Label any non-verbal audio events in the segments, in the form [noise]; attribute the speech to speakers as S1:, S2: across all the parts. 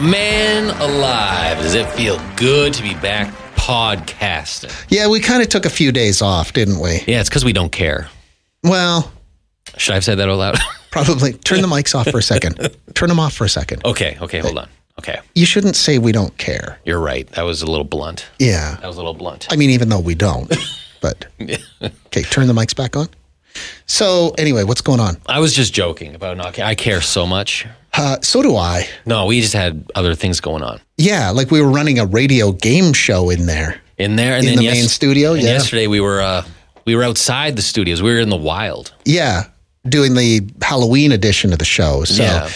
S1: Man alive, does it feel good to be back podcasting?
S2: Yeah, we kind of took a few days off, didn't we?
S1: Yeah, it's because we don't care.
S2: Well,
S1: Should I have said that out loud? [laughs]
S2: probably. Turn the mics off for a second. Turn them off for a second.
S1: okay, okay, hold on. Okay,
S2: You shouldn't say we don't care.
S1: you're right. That was a little blunt.
S2: Yeah.
S1: That was a little blunt.
S2: I mean, even though we don't, but okay, turn the mics back on. So, anyway, what's going on?
S1: I was just joking about not care. I care so much.
S2: Uh, so do I.
S1: No, we just had other things going on
S2: Yeah, like we were running a radio game show in there.
S1: in there, and
S2: In
S1: then
S2: the main studio,
S1: and
S2: yeah.
S1: yesterday we were uh, we were outside the studios. We were in the wild.
S2: Yeah, doing the Halloween edition of the show. So
S1: Yeah.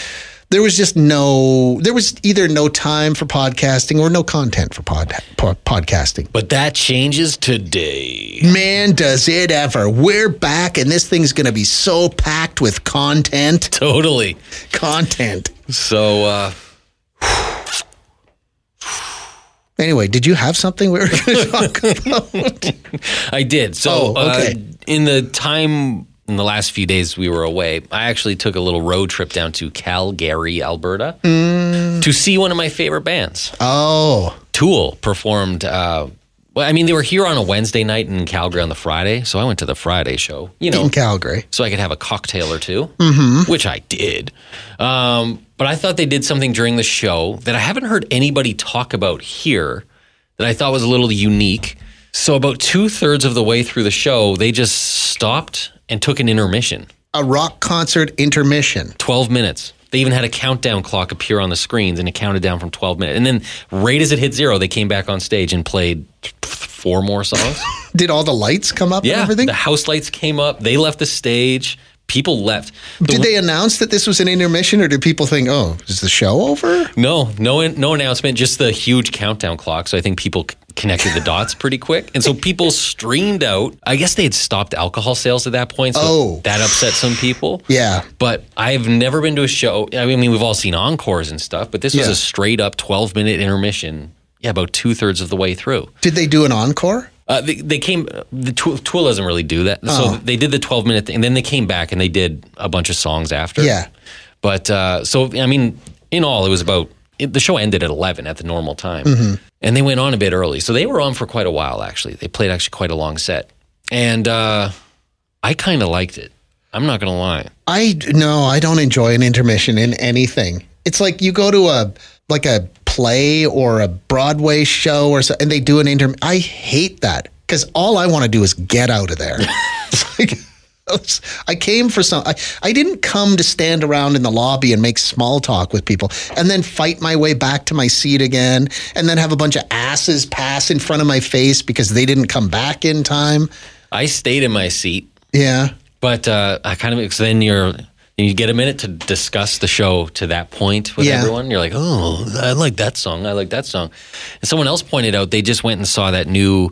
S2: there was just no, there was either no time for podcasting or no content for pod, po- podcasting.
S1: But that changes today. [laughs]
S2: Man, does it ever. We're back, and this thing's going to be so packed with content.
S1: Totally.
S2: Content.
S1: So uh,
S2: Anyway, did you have something we were going to [laughs] talk about?
S1: I did. So
S2: Oh, okay.
S1: uh, in the time in the last few days we were away, I actually took a little road trip down to Calgary, Alberta,
S2: Mm.
S1: to see one of my favorite bands.
S2: Oh,
S1: Tool performed. Uh, well, I mean, they were here on a Wednesday night in Calgary on the Friday, so I went to the Friday show. You know,
S2: in Calgary.
S1: so I could have a cocktail or 2 mm-hmm. which I did. Um, but I thought they did something during the show that I haven't heard anybody talk about here that I thought was a little unique. So, about two thirds of the way through the show, they just stopped and took an intermission
S2: A rock concert intermission.
S1: 12 minutes. They even had a countdown clock appear on the screens and it counted down from 12 minutes. And then, right as it hit zero, they came back on stage and played four more songs.
S2: Did all the lights come up
S1: yeah.
S2: and everything?
S1: The house lights came up. They left the stage. People left. The
S2: Did they announce that this was an intermission, or did people think, "Oh, is the show over"?
S1: No, no, no announcement. Just the huge countdown clock. So I think people c- connected the dots pretty quick, and so people streamed out. I guess they had stopped alcohol sales at that point, so
S2: Oh.
S1: that upset some people.
S2: Yeah.
S1: But I've never been to a show. I mean, we've all seen encores and stuff, but this was
S2: Yeah.
S1: a straight up twelve minute intermission. Yeah, about two thirds of the way through.
S2: Did they do an encore?
S1: Uh, they, they came. The Tool, Tool doesn't really do that,
S2: Oh.
S1: so they did the twelve minute thing, and then they came back and they did a bunch of songs after.
S2: Yeah.
S1: But uh, so I mean, in all, it was about it, the show ended at eleven at the normal time,
S2: Mm-hmm.
S1: and they went on a bit early, so they were on for quite a while. Actually, they played actually quite a long set, and uh, I kind of liked it. I'm not gonna lie.
S2: I no, I don't enjoy an intermission in anything. It's like you go to a like a play or a Broadway show or so, and they do an inter. I hate that because all I want to do is get out of there. it's like. I came for some. I, I didn't come to stand around in the lobby and make small talk with people and then fight my way back to my seat again and then have a bunch of asses pass in front of my face because they didn't come back in time.
S1: I stayed in my seat,
S2: Yeah.
S1: but uh, I kind of because then you're. You get a minute to discuss the show to that point with
S2: Yeah.
S1: everyone. You're like, oh, I like that song. I like that song. And someone else pointed out they just went and saw that new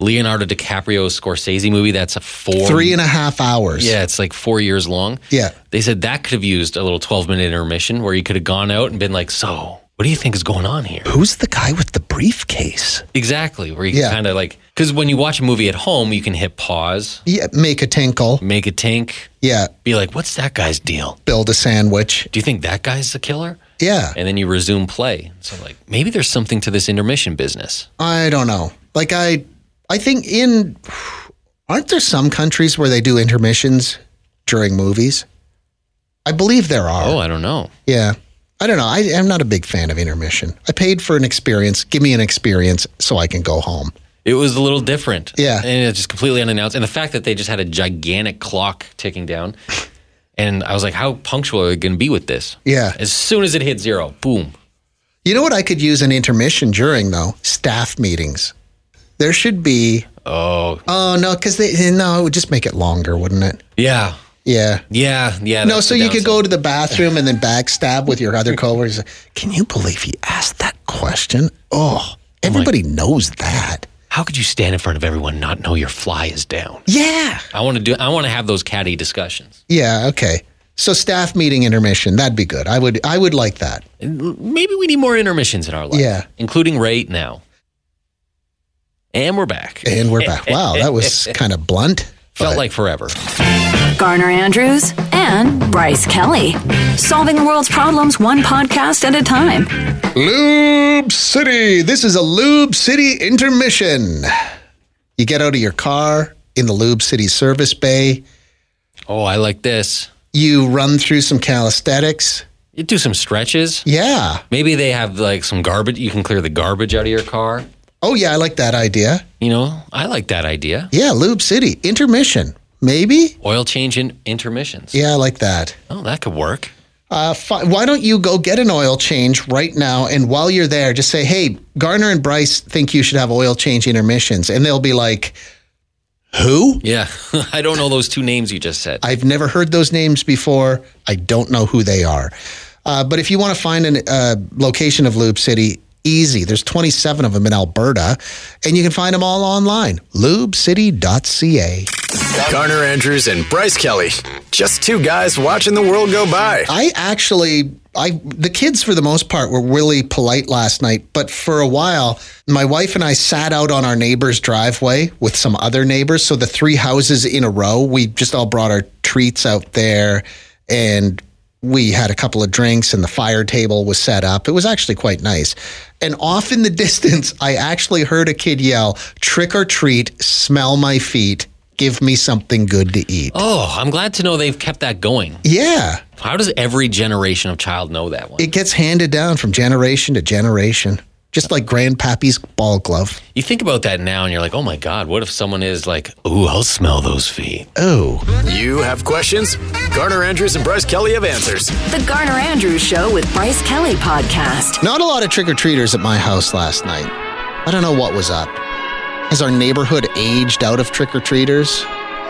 S1: Leonardo DiCaprio Scorsese movie. That's a four
S2: Three and a half hours.
S1: Yeah, it's like four years long.
S2: Yeah.
S1: They said that could have used a little 12 minute intermission where you could have gone out and been like, so what do you think is going on here?
S2: Who's the guy with the briefcase?
S1: Exactly. Where you
S2: Yeah.
S1: kind of like, because when you watch a movie at home, you can hit pause,
S2: Yeah, make a tinkle.
S1: make a tank,
S2: Yeah,
S1: be like, what's that guy's deal?
S2: build a sandwich.
S1: Do you think that guy's the killer?
S2: Yeah,
S1: And then you resume play. So, like, maybe there's something to this intermission business.
S2: I don't know. Like I, I think in aren't there some countries where they do intermissions during movies? I believe there are.
S1: Oh, I don't know.
S2: Yeah, I don't know. I, I'm not a big fan of intermission. I paid for an experience. Give me an experience so I can go home.
S1: It was a little different.
S2: Yeah.
S1: And it's just completely unannounced. And the fact that they just had a gigantic clock ticking down. And I was like, how punctual are they going to be with this?
S2: Yeah.
S1: As soon as it hit zero, boom.
S2: You know what I could use an intermission during though? Staff meetings. There should be.
S1: Oh,
S2: Oh no, because they no, it would just make it longer, wouldn't it?
S1: yeah,
S2: Yeah.
S1: yeah, yeah.
S2: No,
S1: that's
S2: so
S1: the
S2: you could
S1: downside.
S2: go to the bathroom and then backstab with your other coworkers. Can you believe he asked that question? Oh, everybody knows that.
S1: How could you stand in front of everyone and not know your fly is down?
S2: Yeah.
S1: I want to do. I want to have those catty discussions.
S2: Yeah. Okay. So staff meeting intermission that'd be good. I would. I would like that.
S1: And maybe we need more intermissions in our life.
S2: Yeah.
S1: including right now. And we're back.
S2: And we're back. Wow, that was
S1: [laughs]
S2: kind of blunt.
S1: Felt like forever.
S3: Garner Andrews and Bryce Kelly. Solving the world's problems one podcast at a time.
S2: Lube City. This is a Lube City intermission. You get out of your car in the Lube City service bay.
S1: Oh, I like this.
S2: You run through some calisthenics.
S1: You do some stretches.
S2: Yeah.
S1: Maybe they have like some garbage. You can clear the garbage out of your car.
S2: Oh yeah, I like that idea.
S1: You know, I like that idea.
S2: Yeah, Lube City intermission. Maybe.
S1: Oil change in intermissions.
S2: Yeah, I like that.
S1: Oh, that could work.
S2: Uh, fi- why don't you go get an oil change right now? And while you're there, just say, hey, Garner and Bryce think you should have oil change intermissions. And they'll be like, who?
S1: Yeah. [laughs] I don't know those two names you just said.
S2: I've never heard those names before. I don't know who they are. Uh, but if you want to find a uh, location of Lube City, easy. There's 27 of them in Alberta, and you can find them all online, lubecity.ca.
S4: Garner Andrews and Bryce Kelly. Just two guys watching the world go by.
S2: I actually, I the kids for the most part were really polite last night, but for a while, my wife and I sat out on our neighbor's driveway with some other neighbors. So the three houses in a row, we just all brought our treats out there, and we had a couple of drinks, and the fire table was set up. It was actually quite nice. And off in the [laughs] distance, I actually heard a kid yell, "Trick or treat! Smell my feet! Give me something good to eat!"
S1: Oh, I'm glad to know they've kept that going.
S2: Yeah.
S1: How does every generation of child know that one?
S2: it gets handed down from generation to generation, just like grandpappy's ball glove.
S1: you think about that now and you're like, oh my God, what if someone is like, ooh, I'll smell those feet?
S2: Oh,
S4: You have questions? Garner Andrews and Bryce Kelly have answers.
S3: The Garner Andrews Show with Bryce Kelly podcast.
S2: not a lot of trick or treaters at my house last night. I don't know what was up. Has our neighborhood aged out of trick or treaters?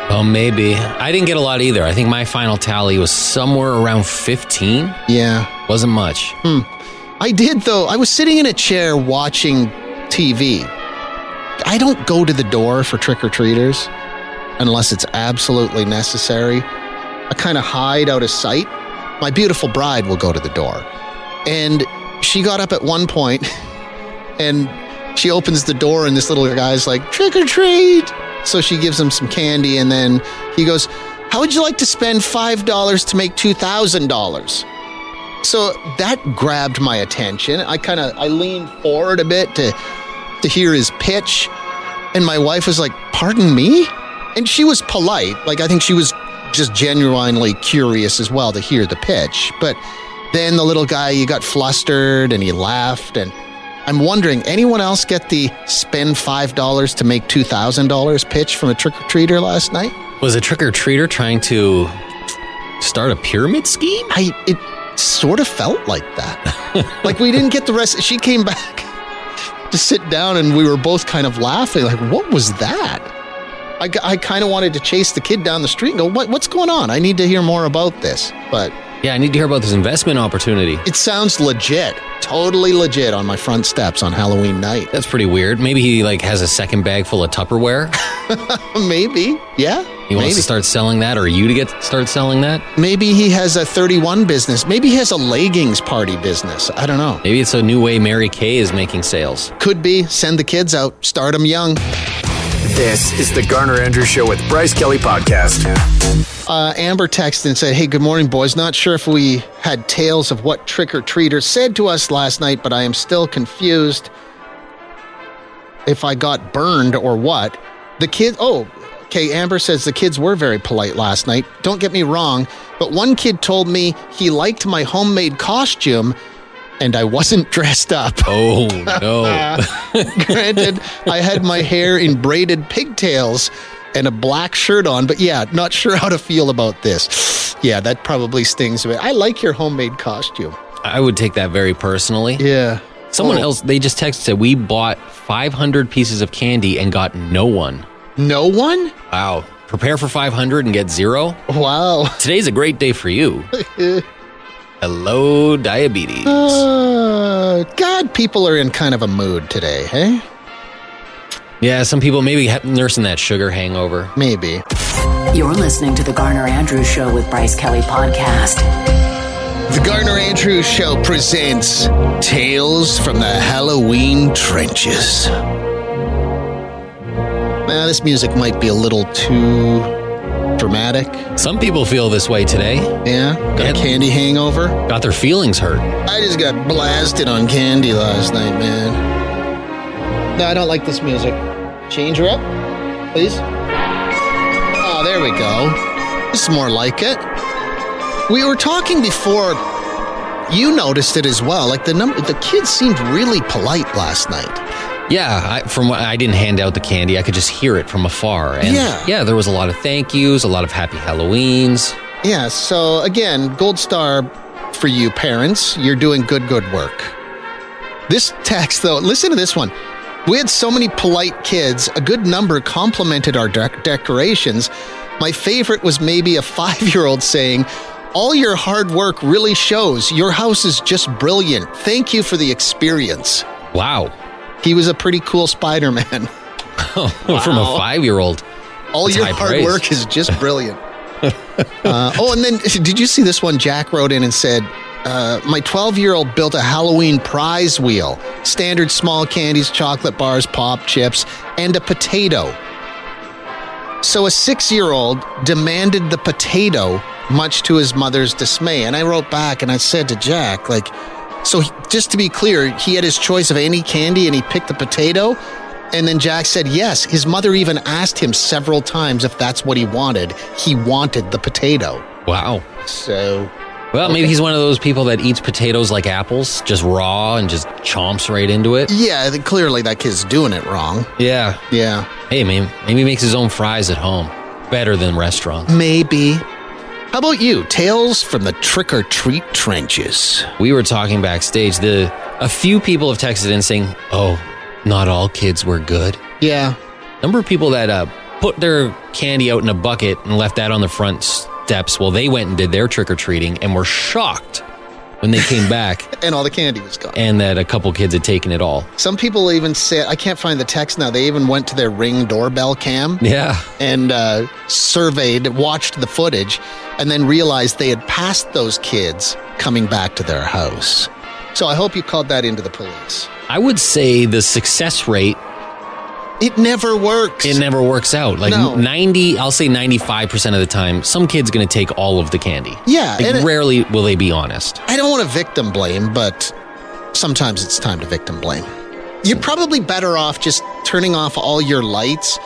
S1: Well, maybe. I didn't get a lot either. I think my final tally was somewhere around 15.
S2: Yeah.
S1: Wasn't much. Hmm.
S2: I did, though. I was sitting in a chair watching TV. I don't go to the door for trick or treaters unless it's absolutely necessary. I kind of hide out of sight. My beautiful bride will go to the door. And she got up at one point [laughs] and she opens the door, and this little guy's like, trick or treat. So she gives him some candy, and then he goes, How would you like to spend $5 to make $2,000? So that grabbed my attention. I kind of I leaned forward a bit to to hear his pitch, and my wife was like, "Pardon me," and she was polite. Like I think she was just genuinely curious as well to hear the pitch. But then the little guy, he got flustered and he laughed and. I'm wondering, anyone else get the spend $5 to make $2,000 pitch from a trick or treater last night?
S1: Was a trick or treater trying to start a pyramid scheme?
S2: I it sort of felt like
S1: [laughs]
S2: that. like we didn't get the rest. She came back to sit down, and we were both kind of laughing. Like, what was that? I, g- I kind of wanted to chase the kid down the street and go, what, what's going on? I need to hear more about this. But
S1: Yeah, I need to hear about this investment opportunity.
S2: it sounds legit, totally legit on my front steps on Halloween night. [laughs]
S1: That's pretty weird. Maybe he like has a second bag full of Tupperware.
S2: Maybe. Yeah.
S1: He wants
S2: maybe.
S1: to start selling that, or you to get start selling that.
S2: maybe he has a 31 business. Maybe he has a leggings party business. I don't know.
S1: Maybe it's a new way Mary Kay is making sales.
S2: Could be. Send the kids out, start them young.
S4: This is the Garner Andrews Show with Bryce Kelly Podcast.
S2: uh, Amber texted and said, Hey, good morning, boys. Not sure if we had tales of what trick or treater said to us last night, but I am still confused if I got burned or what. The kids, oh, okay. Amber says the kids were very polite last night. Don't get me wrong, but one kid told me he liked my homemade costume and I wasn't [laughs] dressed up.
S1: Oh
S2: [laughs]
S1: no!
S2: Granted, I had my hair in braided pigtails and a black shirt on, but yeah, not sure how to feel about this. Yeah, that probably stings a bit. I like your homemade costume.
S1: I would take that very personally.
S2: Yeah.
S1: Someone
S2: Oh,
S1: else, they just texted said, We bought 500 pieces of candy and got no one.
S2: No one?
S1: Wow. Prepare for 500 and get zero.
S2: Wow.
S1: Today's a great day
S2: [laughs]
S1: for you. Hello, diabetes.
S2: [gasps] Uh, God, people are in kind of a mood today, hey?
S1: Yeah, some people maybe ha- nursing that sugar hangover.
S2: Maybe.
S3: You're listening to The Garner Andrews Show with Bryce Kelly Podcast.
S2: The Garner Andrews Show presents Tales from the Halloween Trenches. Now, this music might be a little too dramatic.
S1: Some people feel this way today.
S2: Yeah? Got
S1: Yeah.
S2: a candy hangover?
S1: Got their feelings hurt.
S2: I just got blasted on candy last night, man. No, I don't like this music. Change her up, please. Oh, there we go. This is more like it. We were talking before. You noticed it as well. Like the number, the kids seemed really polite last night.
S1: Yeah, I, from what I didn't hand out the candy, I could just hear it from afar. And
S2: Yeah.
S1: yeah, there was a lot of thank yous, a lot of happy Halloweens.
S2: Yeah. So again, gold star for you parents. You're doing good, good work. This text though, listen to this one. We had so many polite kids. A good number complimented our dec- decorations. My favorite was maybe a [laughs] five year old saying, All your hard work really shows. Your house is just brilliant. Thank you for the experience.
S1: Wow. [laughs]
S2: He was a pretty cool Spider [laughs] Man.
S1: from a five year old.
S2: All
S1: That's
S2: your
S1: high
S2: hard
S1: praise.
S2: work is just
S1: [laughs]
S2: brilliant. uh, oh, and then did you see this one? Jack wrote in and said, uh, "My 12-year-old built a Halloween prize wheel. Standard small candies, chocolate bars, pop chips, and a potato. So a six-year-old demanded the potato, much to his mother's dismay. And I wrote back and I said to Jack, like, so he, just to be clear, he had his choice of any candy and he picked the potato. And then Jack said yes. His mother even asked him several times if that's what he wanted. He wanted the potato.
S1: Wow.
S2: So
S1: Well, maybe he's one of those people that eats potatoes like apples, just raw and just chomps right into it.
S2: yeah, th- clearly that kid's doing it wrong.
S1: Yeah.
S2: Yeah.
S1: Hey, man, maybe he makes his own fries at home. Better than restaurants.
S2: Maybe. How about you? Tales from the trick or treat trenches.
S1: We were talking backstage. The a few people have texted in saying, "Oh, not all kids were good."
S2: Yeah.
S1: Number of people that uh, put their candy out in a bucket and left that on the front steps while they went and did their trick or treating and were shocked when they
S2: [laughs]
S1: came back
S2: And all the candy was gone.
S1: and that a couple kids had taken it all.
S2: Some people even said, I can't find the text now. They even went to their ring doorbell cam
S1: Yeah.
S2: and uh, surveyed, watched the footage, and then realized they had passed those kids coming back to their house. So I hope you called that into the police.
S1: I would say the success rate
S2: It never works.
S1: it never works out. Like
S2: No.
S1: 90, I'll say 95% of the time, some kid's going to take all of the candy.
S2: Yeah,
S1: Like,
S2: and it-
S1: rarely will they be honest.
S2: I don't want to victim blame, but sometimes it's time to victim blame. You're probably better off just turning off all your lights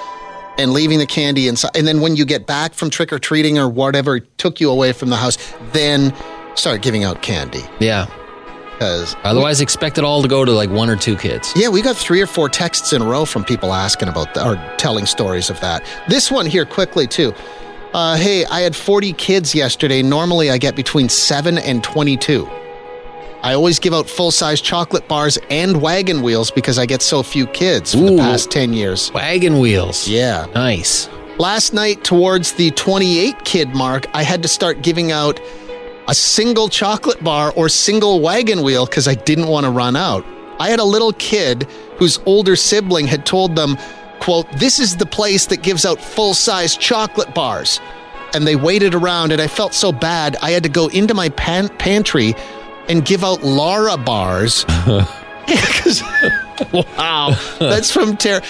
S2: and leaving the candy inside. And then when you get back from trick or treating or whatever took you away from the house, then start giving out candy.
S1: Yeah.
S2: Because,
S1: Otherwise, expect it all to go to like one or two kids.
S2: yeah, we got three or four texts in a row from people asking about th- or telling stories of that. This one here, quickly, too. Uh, hey, I had 40 kids yesterday. Normally, I get between 7 and 22. I always give out full size chocolate bars and wagon wheels because I get so few kids for the
S1: Ooh.
S2: past 10 years.
S1: Wagon wheels.
S2: Yeah.
S1: Nice.
S2: Last night, towards the 28 kid mark, I had to start giving out a single chocolate bar or single wagon wheel because I didn't want to run out. I had a little kid whose older sibling had told them, quote, this is the place that gives out full size chocolate bars. And they waited around, and I felt so bad. I had to go into my pan- pantry and give out Lara bars. [laughs] 'Cause- wow. That's from Terra.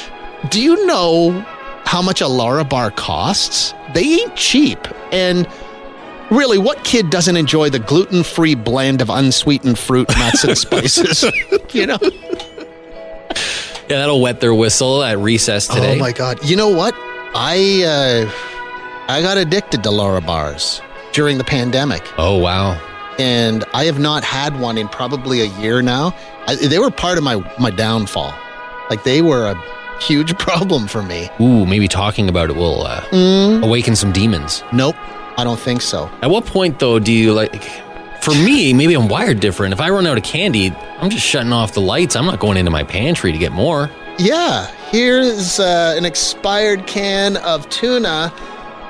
S2: Do you know how much a Lara bar costs? They ain't cheap. And really, what kid doesn't enjoy the gluten free blend of unsweetened fruit, nuts, and spices? you know?
S1: Yeah, that'll wet their whistle at recess today.
S2: Oh my God. You know what? I, uh, I got addicted to Lara bars during the pandemic.
S1: Oh, wow.
S2: and I have not had one in probably a year now. I, they were part of my my downfall. Like they were a huge [laughs] problem for me.
S1: Ooh, maybe talking about it will uh,
S2: Mm.
S1: awaken some demons.
S2: Nope, I don't think so.
S1: At what point, though, do you like For me, maybe I'm wired different. If I run out of candy, I'm just shutting off the lights. I'm not going into my pantry to get more.
S2: Yeah, here's uh, an expired can of tuna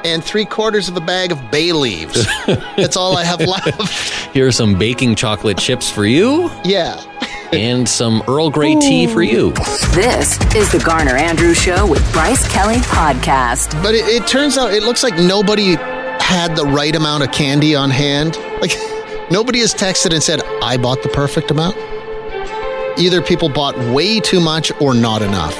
S2: and three quarters of a bag of bay leaves. That's all I have left.
S1: Here are some baking chocolate chips for you
S2: Yeah.
S1: and some Earl Grey tea for you.
S3: This is the Garner Andrews Show with Bryce Kelly Podcast.
S2: But it, it turns out it looks like nobody had the right amount of candy on hand. Like, [laughs] nobody has texted and said, I bought the perfect amount. Either people bought way too much or not enough.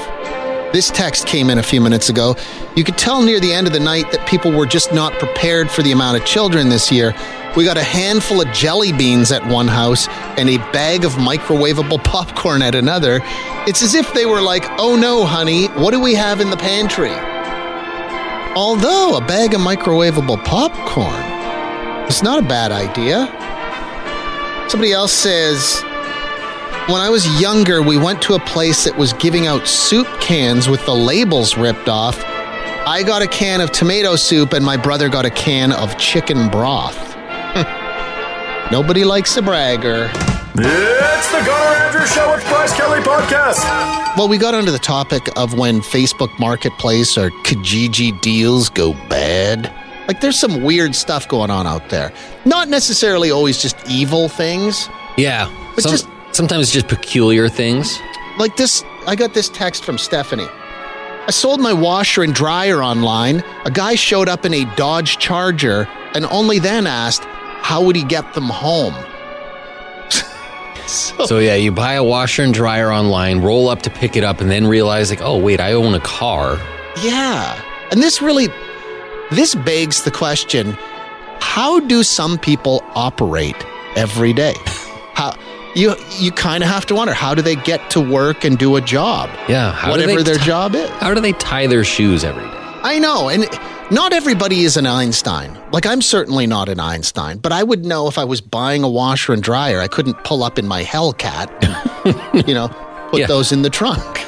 S2: This text came in a few minutes ago. You could tell near the end of the night that people were just not prepared for the amount of children this year. We got a handful of jelly beans at one house and a bag of microwavable popcorn at another. It's as if they were like, oh no, honey, what do we have in the pantry? Although a bag of microwavable popcorn is not a bad idea. Somebody else says, When I was younger, we went to a place that was giving out soup cans with the labels ripped off. I got a can of tomato soup, and my brother got a can of chicken broth. [laughs] Nobody likes a bragger.
S4: It's the Garner Andrews Show with Bryce Kelly Podcast.
S2: Well, we got onto the topic of when Facebook Marketplace or Kijiji deals go bad. Like, there's some weird stuff going on out there. Not necessarily always just evil things.
S1: Yeah.
S2: But
S1: Some-
S2: just-
S1: sometimes just peculiar things.
S2: Like this, I got this text from Stephanie. I sold my washer and dryer online. A guy showed up in a Dodge Charger and only then asked, how would he get them home? Oh.
S1: So yeah, you buy a washer and dryer online, roll up to pick it up, and then realize like, oh wait, I own a car.
S2: Yeah. And this really this begs the question, how do some people operate every day? [laughs] How you you kind of have to wonder, how do they get to work and do a job?
S1: Yeah, how do
S2: whatever
S1: they
S2: their
S1: ti-
S2: job is.
S1: How do they tie their shoes every day?
S2: I know, and not everybody is an Einstein. Like I'm certainly not an Einstein, but I would know if I was buying a washer and dryer, I couldn't pull up in my Hellcat,
S1: [laughs]
S2: and, you know, put
S1: Yeah.
S2: those in the trunk. [laughs]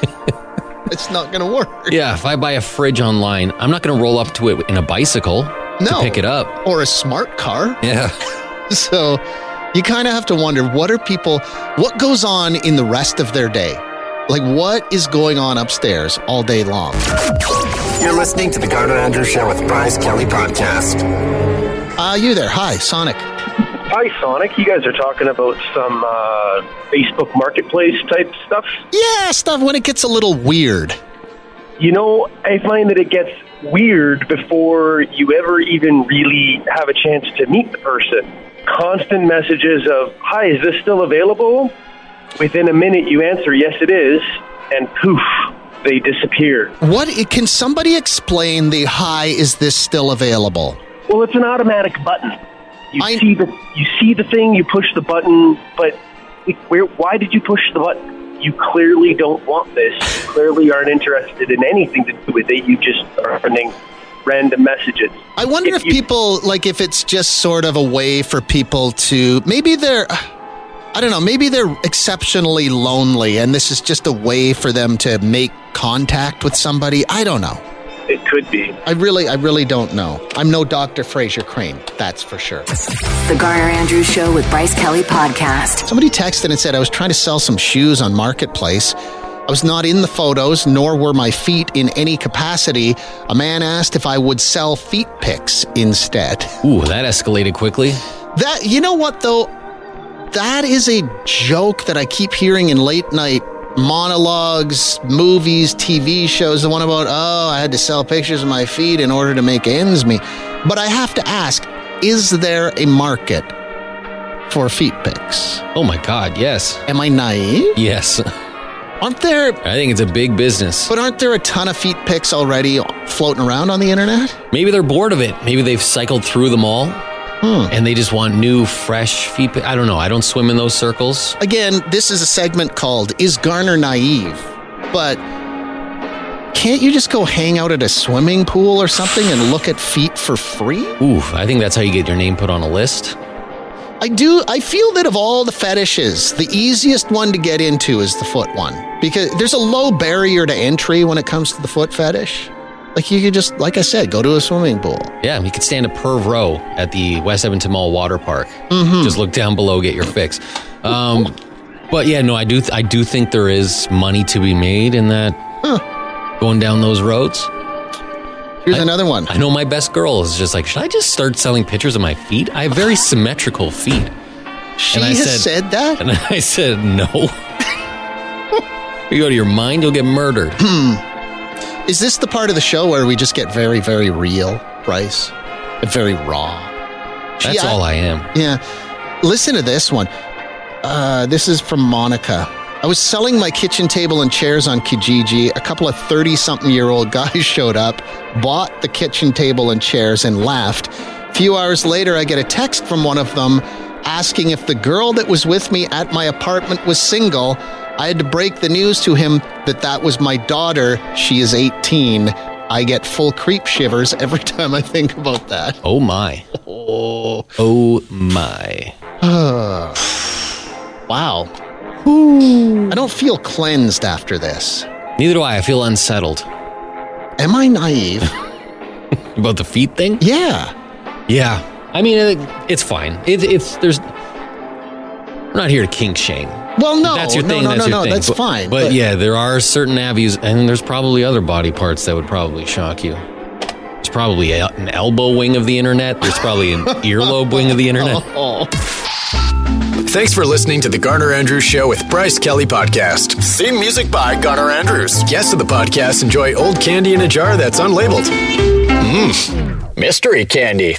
S2: it's not going to work.
S1: Yeah, if I buy a fridge online, I'm not going to roll up to it in a bicycle to
S2: No.
S1: pick it up.
S2: Or a smart car.
S1: Yeah.
S2: [laughs] So you kind of have to wonder what are people, what goes on in the rest of their day? Like, what is going on upstairs all day long?
S4: You're listening to the Garner Andrews Show with Bryce Kelly Podcast.
S2: Uh, you there. Hi, Sonic.
S5: Hi, Sonic. You guys are talking about some uh, Facebook Marketplace type stuff.
S2: Yeah, stuff when it gets a little weird.
S5: You know, I find that it gets weird before you ever even really have a chance to meet the person. Constant messages of, Hi, is this still available? Within a minute, you answer, Yes, it is. And poof, they disappear.
S2: What can somebody explain the hi, is this still available?
S5: Well, it's an automatic button. You
S2: I-
S5: see the you see the thing, you push the button, but it- where? Why did you push the button? You clearly don't want this. You clearly aren't interested in anything to do with it. You just are sending random messages.
S2: I wonder if
S5: you-
S2: people, like, if it's just sort of a way for people to maybe they're, I don't know, maybe they're exceptionally lonely and this is just a way for them to make contact with somebody. I don't know.
S5: It could be.
S2: I really, I really don't know. I'm no Dr. Fraser Crane, that's for sure.
S3: The Garner Andrews Show with Bryce Kelly Podcast.
S2: Somebody texted and said I was trying to sell some shoes on Marketplace. I was not in the photos, nor were my feet in any capacity. A man asked if I would sell feet pics instead. [laughs]
S1: Ooh, that escalated quickly.
S2: That you know what though? That is a joke that I keep hearing in late night monologues, movies, TV shows. The one about, oh, I had to sell pictures of my feet in order to make ends meet. But I have to ask, is there a market for feet pics?
S1: Oh my god, yes.
S2: Am I naive?
S1: Yes.
S2: Aren't there
S1: I think it's a big business.
S2: but aren't there a ton of feet pics already floating around on the internet?
S1: Maybe they're bored of it. Maybe they've cycled through them all
S2: Hmm.
S1: and they just want new, fresh feet. I don't know. I don't swim in those circles.
S2: Again, this is a segment called Is Garner Naive? But can't you just go hang out at a swimming pool or something and look at feet for free?
S1: Ooh, I think that's how you get your name put on a list.
S2: I do. I feel that of all the fetishes, the easiest one to get into is the foot one because there's a low barrier to entry when it comes to the foot fetish. Like you could just, like I said, go to a swimming pool.
S1: Yeah, you could stand a perv row at the West Edmonton Mall water park.
S2: Mm-hmm.
S1: Just look down below, get your fix. Um, but yeah, no, I do. Th- I do think there is money to be made in that. Going down those roads.
S2: Here's another one.
S1: I know my best girl is just like, should I just start selling pictures of my feet? I have very symmetrical feet. [laughs]
S2: She
S1: I
S2: has
S1: said-
S2: said that.
S1: And I said, no. [laughs] you go to your mind, you'll get murdered.
S2: Hmm. Is this the part of the show where we just get very, very real, Bryce? Very raw.
S1: That's
S2: Yeah.
S1: all I am.
S2: Yeah. Listen to this one. Uh, this is from Monica. I was selling my kitchen table and chairs on Kijiji. A couple of 30 something year old guys [laughs] showed up, bought the kitchen table and chairs, and left. A few hours later, I get a text from one of them asking if the girl that was with me at my apartment was single. I had to break the news to him that that was my daughter. She is 18. I get full creep shivers [laughs] every time I think about that.
S1: Oh my.
S2: Oh,
S1: Oh my.
S2: wow. I don't feel cleansed after this.
S1: Neither do I. I feel unsettled.
S2: Am I naive? [laughs]
S1: About the feet thing?
S2: yeah.
S1: Yeah. I mean, it, it's fine. It, it's, there's, we're not here to kink shame.
S2: Well, no,
S1: that's your
S2: no,
S1: thing.
S2: no,
S1: that's
S2: no,
S1: your
S2: no,
S1: thing.
S2: that's
S1: But-
S2: fine,
S1: But,
S2: but-
S1: yeah, there are certain avenues, and there's probably other body parts that would probably shock you. There's probably a- an elbow wing of the internet. There's probably
S2: [laughs]
S1: an earlobe wing of the internet.
S2: Oh,
S4: Thanks for listening to the Garner Andrews Show with Bryce Kelly Podcast. Theme music by Garner Andrews. Guests of the podcast enjoy old candy in a jar that's unlabeled. Mmm, mystery candy.